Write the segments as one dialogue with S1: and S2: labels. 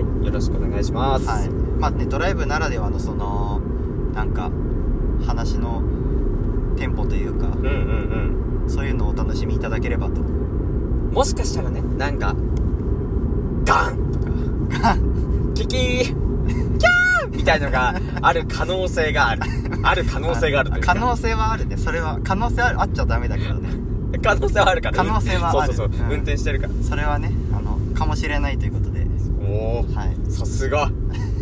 S1: 願いします。
S2: はいまあね、ドライブならではのそのなんか話のテンポというか
S1: うんうん
S2: そういうのをお楽しみいただければと
S1: うん。もしかしたらね、なんか、ガンとか、
S2: ガン
S1: キキー、キャーみたいのがある可能性があ る。ある可能性があるというか。
S2: 可能性はあるねそれは可能性あるあっちゃダメだけどね
S1: 可能性はあるから。
S2: 可能性はある
S1: そうそうそう。
S2: うん
S1: 運転してるから。
S2: それはねあのかもしれないということで
S1: おー、
S2: はい
S1: さすが。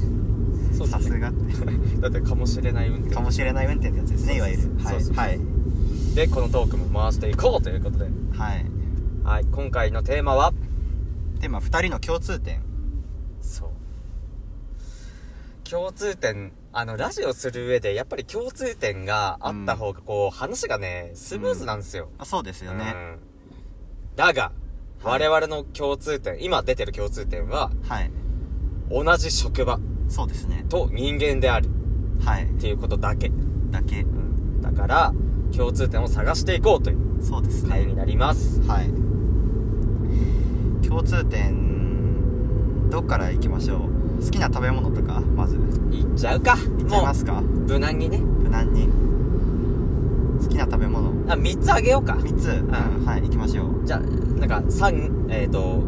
S1: そう
S2: さす
S1: が。
S2: がって
S1: だって、かもしれない運転。
S2: かもしれない運転ってやつですねいわゆるは
S1: そうそう
S2: いはい
S1: で、このトークも回していこうということで。
S2: はい
S1: はい、今回のテーマは、
S2: でまあ2人の共通点
S1: そう共通点あのラジオする上でやっぱり共通点があった方がこう、話がねスムーズなんですよ、
S2: あそうですよね
S1: うんだが
S2: はい
S1: 我々の共通点、今出てる共通点は
S2: はい
S1: 同じ職場
S2: そうですね
S1: と人間であるっ
S2: はい
S1: ていうことだけ、
S2: だけ
S1: うんだから共通点を探していこうという
S2: そうですね
S1: 回になります、
S2: はい共通点どっから行きましょう好きな食べ物とかまず行
S1: いっちゃうか
S2: っちゃい
S1: も
S2: ますか
S1: う無難にね
S2: 無難に好きな食べ物
S1: あ3つあげようか
S2: 3つ、うん、はい行きましょう
S1: じゃあなんか三えっ、と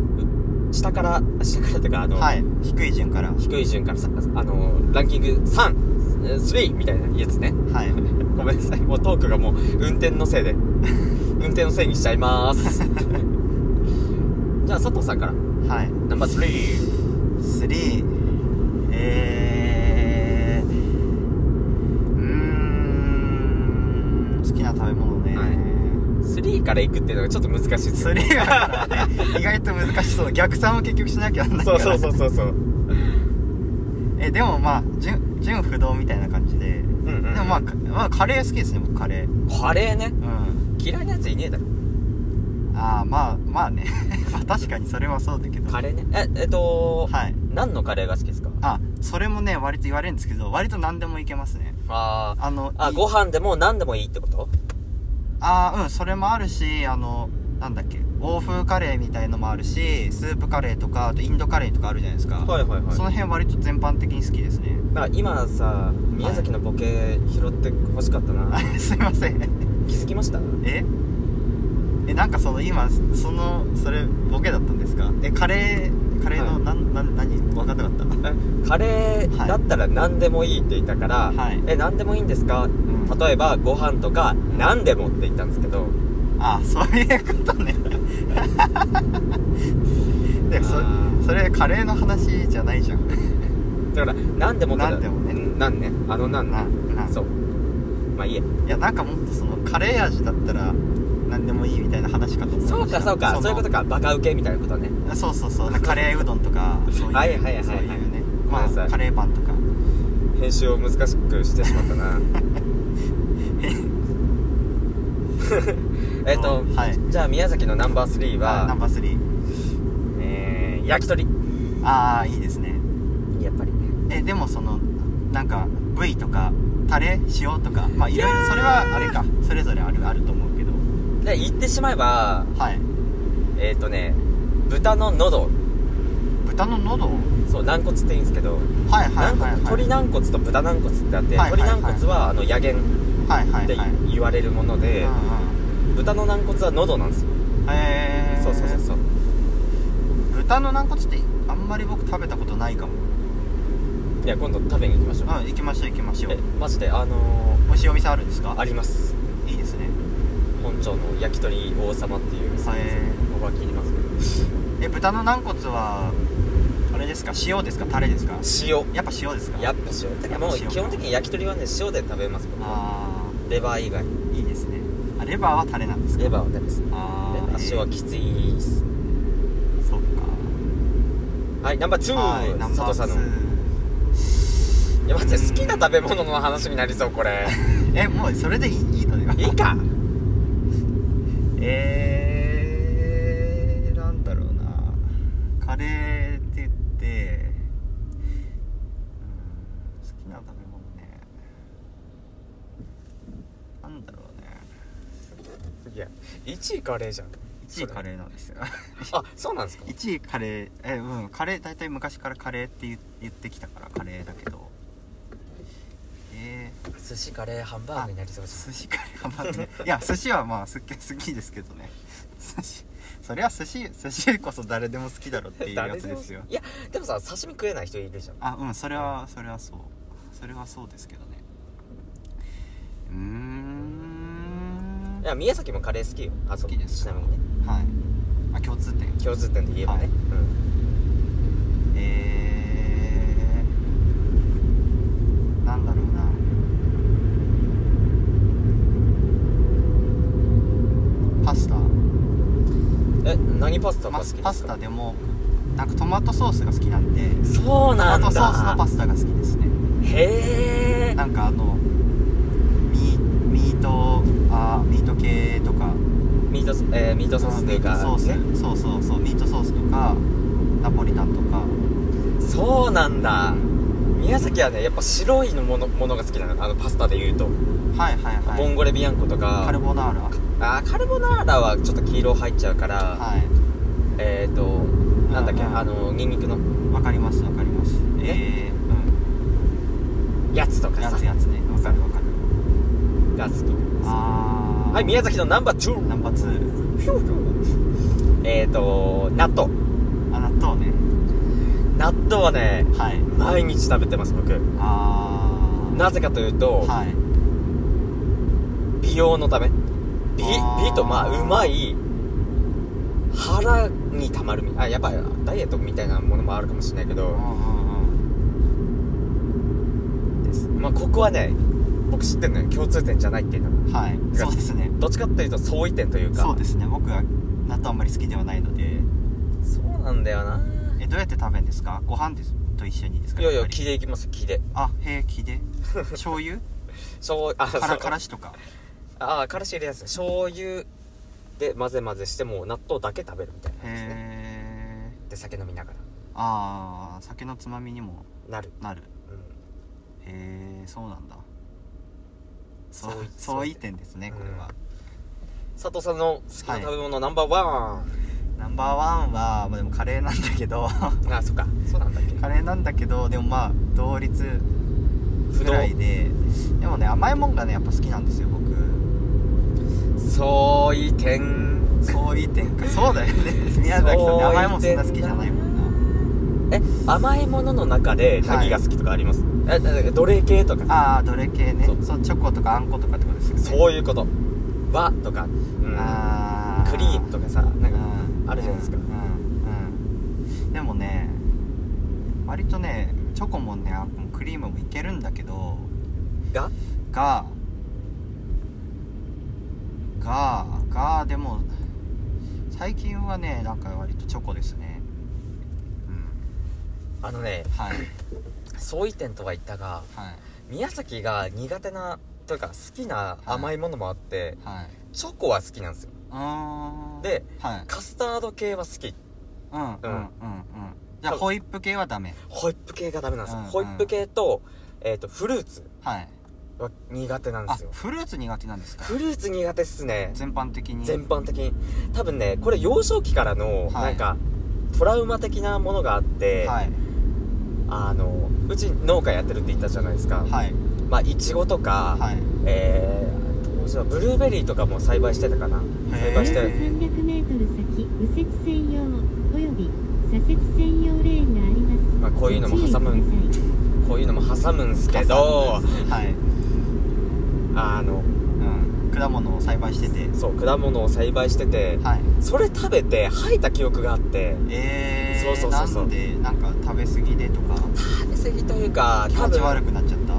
S1: う下から下からっていうかあの、
S2: はい低い順から
S1: 低い順からさあのランキング33みたいなやつね
S2: はい
S1: ごめんなさいもうトークがもう運転のせいで 運転のせいにしちゃいますじゃあ佐藤さんから
S2: はい
S1: ナンバー3
S2: 3えーうーん好きな食べ物ね、
S1: はい3からいくっていうのがちょっと難しいです
S2: そ
S1: よ
S2: れ
S1: ね
S2: がね意外と難しそう逆算を結局しなきゃなんないか
S1: そ
S2: ら
S1: うそうそうそうそう
S2: えでもまあ純純不動みたいな感じで、
S1: うんうん
S2: でもまあ、かまあ、カレー好きですね僕カレーう
S1: カレーね
S2: ん
S1: 嫌いなやついねえだろ
S2: ああまあまあね まあ確かにそれはそうだけど
S1: カレーねええっと、
S2: はい
S1: 何のカレーが好きですか
S2: あそれもね割と言われるんですけど割と何でもいけますね
S1: あー
S2: あの
S1: あ
S2: い
S1: ご飯でも何でもいいってこと
S2: あーうんそれもあるしあのなんだっけ欧風カレーみたいのもあるしスープカレーとかあとインドカレーとかあるじゃないですか、
S1: いはい
S2: その辺割と全般的に好きですね
S1: だから今さ宮崎のボケ拾って欲しかったな、
S2: あすいません
S1: 気づきました
S2: ええなんかその今そのそれボケだったんですかえカレーカレーの、
S1: はい
S2: なんなん何分かんなかった
S1: えカレーだったら何でもいいって言ったから、
S2: はい
S1: え何でもいいんですか、
S2: ん
S1: 例えばご飯とか何でもって言ったんですけど
S2: あそういうことね
S1: あ
S2: で
S1: ー
S2: そそれカレーの話じゃないじゃん
S1: だから何でもって
S2: 何でもね
S1: うん何ねあの何
S2: な
S1: ね
S2: な
S1: そうまあいいや
S2: いやなんかもっとそのカレー味だったら何でもいいみたいな話かと思いました
S1: そうかそうかそう
S2: の
S1: いうことかバカウケみたいなことね
S2: あそうそうそうカレーうどん とかそういう
S1: はいはいはいはい
S2: そういうね
S1: ごめん
S2: ま
S1: なさ
S2: あ
S1: い
S2: カレーパンとか
S1: 編集を難しくしてしまった なえっと、
S2: はい
S1: じゃあ宮崎のナンバー3
S2: あ
S1: は、
S2: ナンバー3
S1: えー、焼き鳥
S2: ああいいですね
S1: やっぱり
S2: えでもそのなんか部位とかタレ塩とかまあ
S1: い
S2: いろい
S1: や
S2: ろ
S1: ー
S2: それはあれかそれぞれあるあると思うけど
S1: で言ってしまえば
S2: はい
S1: えっ、とね豚の喉
S2: 豚の喉を
S1: そう軟骨って言うんですけど、
S2: はいはいはい
S1: 軟骨
S2: はい
S1: 鶏軟骨と豚軟骨ってあって、
S2: はいはいはい
S1: 鶏軟骨はあの野源
S2: はいはい
S1: ってい
S2: はい
S1: 言われるもので、
S2: うん
S1: 豚の軟骨は喉なんですよ、
S2: うんえー
S1: そうそうそうそう
S2: 豚の軟骨ってあんまり僕食べたことないかも
S1: いや今度食べに行きましょう、
S2: うん行きましょう行きましょう
S1: えマジであの
S2: 美味しいお店あるんですか
S1: ー、あります
S2: いいですね
S1: 本町の焼き鳥王様っていう店です
S2: へ
S1: ここは切ります
S2: え豚の軟骨はあれですか塩ですかタレですか
S1: けど
S2: やっぱ塩ですか
S1: 塩やっぱ塩だからもう基本的に焼き鳥はね塩で食べます僕は
S2: あ
S1: レバー以外
S2: あいいですねあレバーはタレなんですか
S1: レバーはダメですレ
S2: あ
S1: バ
S2: あ
S1: ー塩はきついっす
S2: そっ
S1: はい、ナンバー
S2: かはい
S1: 2、
S2: ナン
S1: 佐
S2: バ
S1: 藤さ
S2: ー
S1: んの。
S2: 2
S1: いや、待って、好きな食べ物の話になりそう、こ れ。
S2: えもうそれでいいいいのではい
S1: いか。
S2: えー、なんだろうなカレーって言ってうん好きな食べ物ねなんだろうね
S1: いや、1位カレーじゃん。
S2: 1位カレーなんですよ
S1: あそうなんですか
S2: 1位カレーえうんカレー大体昔からカレーって言言ってきたからカレーだけどえー
S1: 寿司カレーハンバーグになりそうです
S2: 寿司カレー頑張っていや寿司はまあすっげ好きですけどね寿司それは寿司寿司こそ誰でも好きだろっていうやつですよ
S1: いやでもさ刺身食えない人いるじゃん
S2: あうんそれはそれはそうそれはそうですけどねうーん
S1: いや宮崎もカレー好きよあそう
S2: 好きです
S1: ちなみにね
S2: はいまあ共通点
S1: 共通点で言えばね、
S2: はいえー、なんだろうなパスタ
S1: うん、え何パスタが
S2: ま
S1: 好きですか
S2: パスタでもなんかトマトソースが好きなんで
S1: そう
S2: ト
S1: な
S2: マ
S1: んだ
S2: トソースのパスタが好きですね
S1: へえ
S2: なんかあのミミートあーミート系とか
S1: ミートソ、えー、ミートソースっていうか、
S2: ミートソ
S1: ね
S2: ースそうそうそうミートソースとかナポリタンとか
S1: そうなんだ宮崎はねやっぱ白いのものものが好きなのあのパスタで言うと、
S2: はいはい
S1: ボ
S2: は
S1: ンゴレビアンコと
S2: いカル
S1: か
S2: ボナーラ
S1: あーカルボナーラはちょっと黄色入っちゃうから、
S2: はい
S1: えっ、ー、となんだっけ、
S2: うんうん
S1: あのニンニクの
S2: わかりますわかりますええ
S1: やつと
S2: うん
S1: か
S2: や
S1: さ
S2: つやつねわかるわかる
S1: が好き
S2: あー
S1: はい宮崎のナンバー2
S2: ナンバー2
S1: えっ、ー、と納豆
S2: あ納豆ね
S1: 納豆はね
S2: はい
S1: 毎日食べてます僕
S2: あー
S1: なぜかというと、
S2: はい
S1: 美容のため美
S2: あー
S1: 美とまあうまい腹にたまるみあやっぱダイエットみたいなものもあるかもしれないけ
S2: う
S1: ど
S2: んうんうん
S1: ですまあここはね僕知ってんのよ共通点じゃないっていうのは
S2: はいそうですね
S1: どっちかっていうと相違点というか
S2: そうですね僕は納豆あんまり好きではないので
S1: そうなんだよな
S2: えどうやって食べるんですかご飯ですと一緒にですか
S1: いやい
S2: や
S1: や
S2: っぱり
S1: 気でいきます気で
S2: あ平 気で醤油
S1: 醤油あ
S2: からかららしとか
S1: あーからし入れやすい醤油で混ぜ混ぜしてもう納豆だけ食べるみたいな感じですね
S2: へえ
S1: で酒飲みながら
S2: あー酒のつまみにも
S1: なる、
S2: なる
S1: うん、
S2: へえそうなんだそう
S1: そう
S2: そういい点ですねこれは、
S1: 佐藤さんの好きな食べ物ナンバーワ
S2: ナンバーワンは、まあ、でもカレーなんだけど
S1: ン、あそっかそうなんだっけ
S2: カレーなんだけどでもまあ同率
S1: 不
S2: ぐ
S1: 動
S2: らいででもね甘いもんがねやっぱ好きなんですよ僕
S1: そうい点
S2: そういい点かそうだよね 宮崎さんね甘いもんそんな好きじゃないもんな
S1: え甘いものの中で
S2: は
S1: 何
S2: い
S1: が好きとかあります、ええ奴隷系とか
S2: ああどれ系ね
S1: そ
S2: そううチョコとかあんことかってことですよね
S1: そういうこと和とか、うん
S2: あー
S1: クリームとかさなんか
S2: うん
S1: あるじゃないですか
S2: うんうん、うんでもね割とねチョコもねあクリームもいけるんだけど
S1: が
S2: がががでも最近はねなんか割とチョコですねうん
S1: あのね
S2: はい
S1: 相違点とは言ったが
S2: はい
S1: 宮崎が苦手なというか好きな甘いものもあって、
S2: はい
S1: チョコは好きなんですよ
S2: うーん
S1: で
S2: はい
S1: カスタード系は好き
S2: うんうんうんうんじゃあホイップ系はダメ
S1: ホイップ系がダメなんですよ、
S2: うんうん
S1: ホイップ系と,、えー、とフルーツ
S2: はい
S1: は苦手なんで
S2: あ
S1: すよ
S2: フルーツ苦手なんですか
S1: フルーツ苦手っすね
S2: 全般的に
S1: 全般的に多分ねこれ幼少期からの
S2: はい
S1: なんか、トラウマ的なものがあって、
S2: はい
S1: あのうち農家やってるって言ったじゃないですか、
S2: はい
S1: まあいちごとか、
S2: はい
S1: えー当時はブルーベリーとかも栽培してたかな栽培し
S2: へ
S1: て
S2: ー
S3: 300メートル先右折専用および左折専用レーンがあります。
S1: まあこういうのも挟む
S3: ご注意ください
S1: こういうのも挟むんすけど
S2: はい、
S1: あの
S2: うん、果物を栽培してて
S1: そう果物を栽培してて
S2: はい
S1: それ食べて吐いた記憶があって
S2: えー、
S1: そうそうそうそう
S2: なんでなんか食べ過ぎでとか
S1: 食べ過ぎというか
S2: 気
S1: 多
S2: 持ち悪
S1: 分
S2: くなっちゃった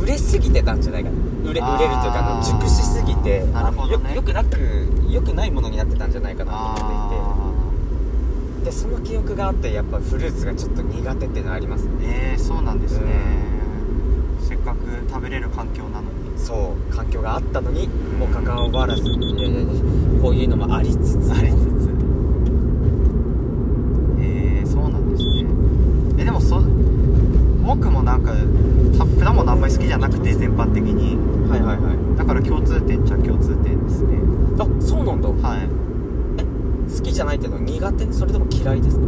S1: 売れすぎてたんじゃないかな売れ売れるというかあの
S2: あー
S1: 熟しすぎて
S2: なるほどね
S1: あのよよくなくよくないものになってたんじゃないかなと思
S2: あ
S1: っていてでその記憶があってやっぱフルーツがちょっと苦手っていうのはありますね
S2: ーえー、そうなんですね、せっかく食べれる環境なのに
S1: そう環境があったのにもうかかわらずいやいやいやこういうのもありつつ
S2: ありつつえー、そうなんですねえでもそ僕もなんかた果物あんまり好きじゃなくて全般的に
S1: はいはいはい
S2: だから共通点っちゃ共通点ですね
S1: あそうなんだ
S2: はい
S1: 好きじゃないっていうのは苦手それとも嫌いですか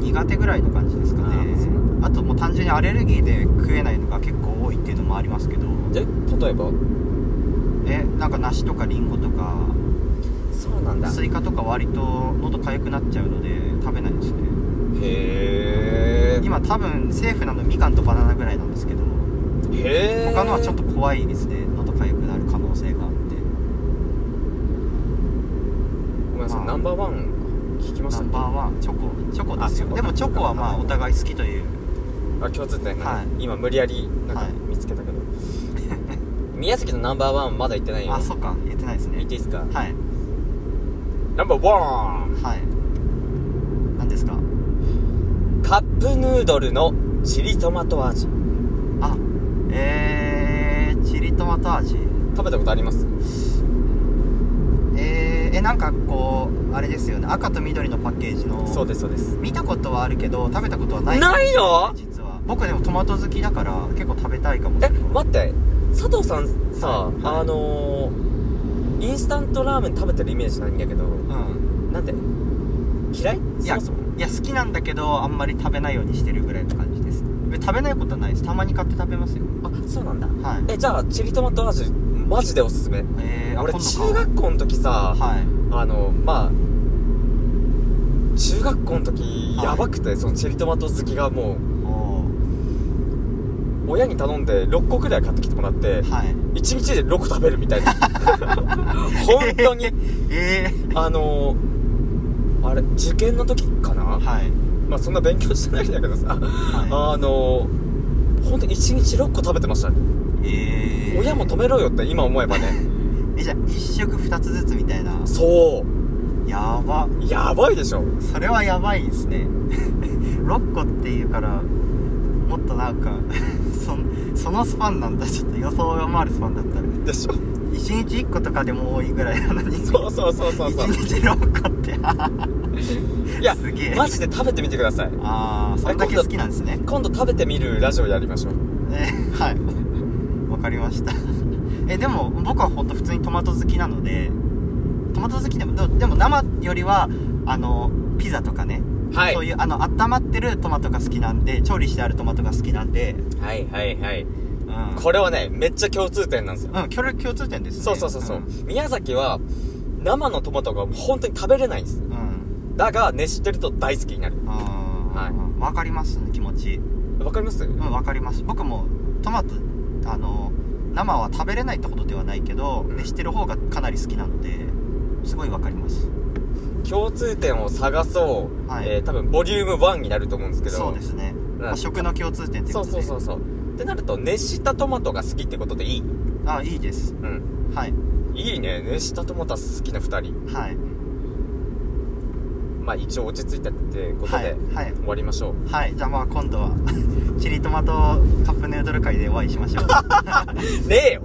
S2: 苦手ぐらいの感じですか
S1: あ
S2: ね
S1: ーそうなん
S2: あともう単純にアレルギーで食えないのが結構多いっていうのもありますけど
S1: で例えば
S2: えなんか梨とかリンゴとか
S1: そうなんだ
S2: スイカとか割と喉痒くなっちゃうので食べないんですね
S1: へー
S2: 今多分セーフなのみかんとバナナぐらいなんですけど
S1: へー
S2: 他のはちょっと怖いですね喉痒くなる可能性があって
S1: ごめんなさい
S2: まあ
S1: ナンバーワン聞きまし
S2: ナ
S1: た
S2: ン
S1: っ
S2: バーワンチョコチョコです
S1: あチョ
S2: よ
S1: コ
S2: でもチョコはまあお互い好きという
S1: けあ共通点が、
S2: はい
S1: 今無理やりなんか
S2: はい
S1: 見つけたけど、 宮崎のナンバーワンまだ行ってないよ
S2: あそっか言ってないです
S1: 言
S2: ね
S1: っていいですか
S2: はい
S1: ナンバーワン
S2: はい何ですか
S1: カップヌードルのチリトマト味
S2: あえー、チリトマト味
S1: 食べたことあります
S2: えー、えなんかこうあれですよね赤と緑のパッケージの
S1: そうですそうです
S2: 見たことはあるけど食べたことはない
S1: ないの
S2: 実は僕でもトマト好きだから結構食べたいかも
S1: え待って佐藤さんさ、
S2: はいはい
S1: あのー、インスタントラーメン食べてるイメージないんだけど
S2: うん
S1: なんで嫌い
S2: い
S1: そ
S2: や
S1: もそも
S2: いや好きなんだけどあんまり食べないようにしてるぐらいの感じですえ食べないことはないですたまに買って食べますよ
S1: あそうなんだ
S2: はい
S1: えじゃあチリトマト味マジでおすすめ
S2: えー、あ
S1: 俺
S2: 今度
S1: 中
S2: 買おう
S1: 学校の時さ
S2: はい
S1: あのまあ中学校の時
S2: はい
S1: やばくて、そのチリトマト好きがも
S2: お
S1: う親に頼んで6個くらい買ってきてもらって
S2: ーはい
S1: 1日で6個食べるみた いな本当に
S2: えー、
S1: あのあれ受験の時かな、
S2: はい
S1: まあそんな勉強してないんだけどさ、
S2: は
S1: あの本当に1日6個食べてましたね、
S2: いえー、
S1: 親も止めろよって今思えばね
S2: えじゃあ1食2つずつみたいな
S1: そ
S2: やば
S1: うやばいでしょ
S2: それはやばいですね 6個っていうからもっとなんか そんそのスパンなんだちょっと予想を上回るスパンだったら
S1: でしょ
S2: 1日1個とかでも多いぐらいなのに
S1: そうそうそう そう そう
S2: 1日6個ってあ
S1: いや
S2: すげえ
S1: マジで食べてみてください
S2: あーそれだけ好きなんですね
S1: 今度食べてみるラジオやりましょう
S2: えー はいわかりました えでも僕は本当普通にトマト好きなのでトマト好きでもでもでも生よりはあのピザとかね、
S1: はい
S2: そういうあの温まってるトマトが好きなんで調理してあるトマトが好きなんで
S1: はいはいはい
S2: うん
S1: これはねめっちゃ共通点なんですよ
S2: うん、協力共通点ですね。
S1: そうそうそうそう、
S2: ん
S1: 宮崎は生のトマトが本当に食べれないんです
S2: うん。
S1: だが熱してると大好きになる
S2: あ
S1: はい
S2: ーわかります、ね、気持ち。
S1: わかります
S2: うん、わかります。僕もトマト、あの、生は食べれないってことではないけど、
S1: うん
S2: 熱してる方がかなり好きなので、すごいわかります。
S1: 共通点を探そう、
S2: はい
S1: えー多分ボリューム1になると思うんですけど
S2: そうですね。
S1: ん
S2: まあ、食の共通点って
S1: そ
S2: こ
S1: う
S2: と
S1: そう
S2: で。
S1: そううそうってなると熱したトマトが好きってことでいい
S2: そう。あ、いいです。
S1: うん
S2: はい。
S1: いいね熱したトマト好きな2人
S2: はい。
S1: まあ一応落ち着いたってこと
S2: はい
S1: で。
S2: はい。
S1: 終わりましょう、
S2: はい。じゃあまあ今度は、 チリトマトカップヌードル会でお会いしましょう。
S1: ねえよ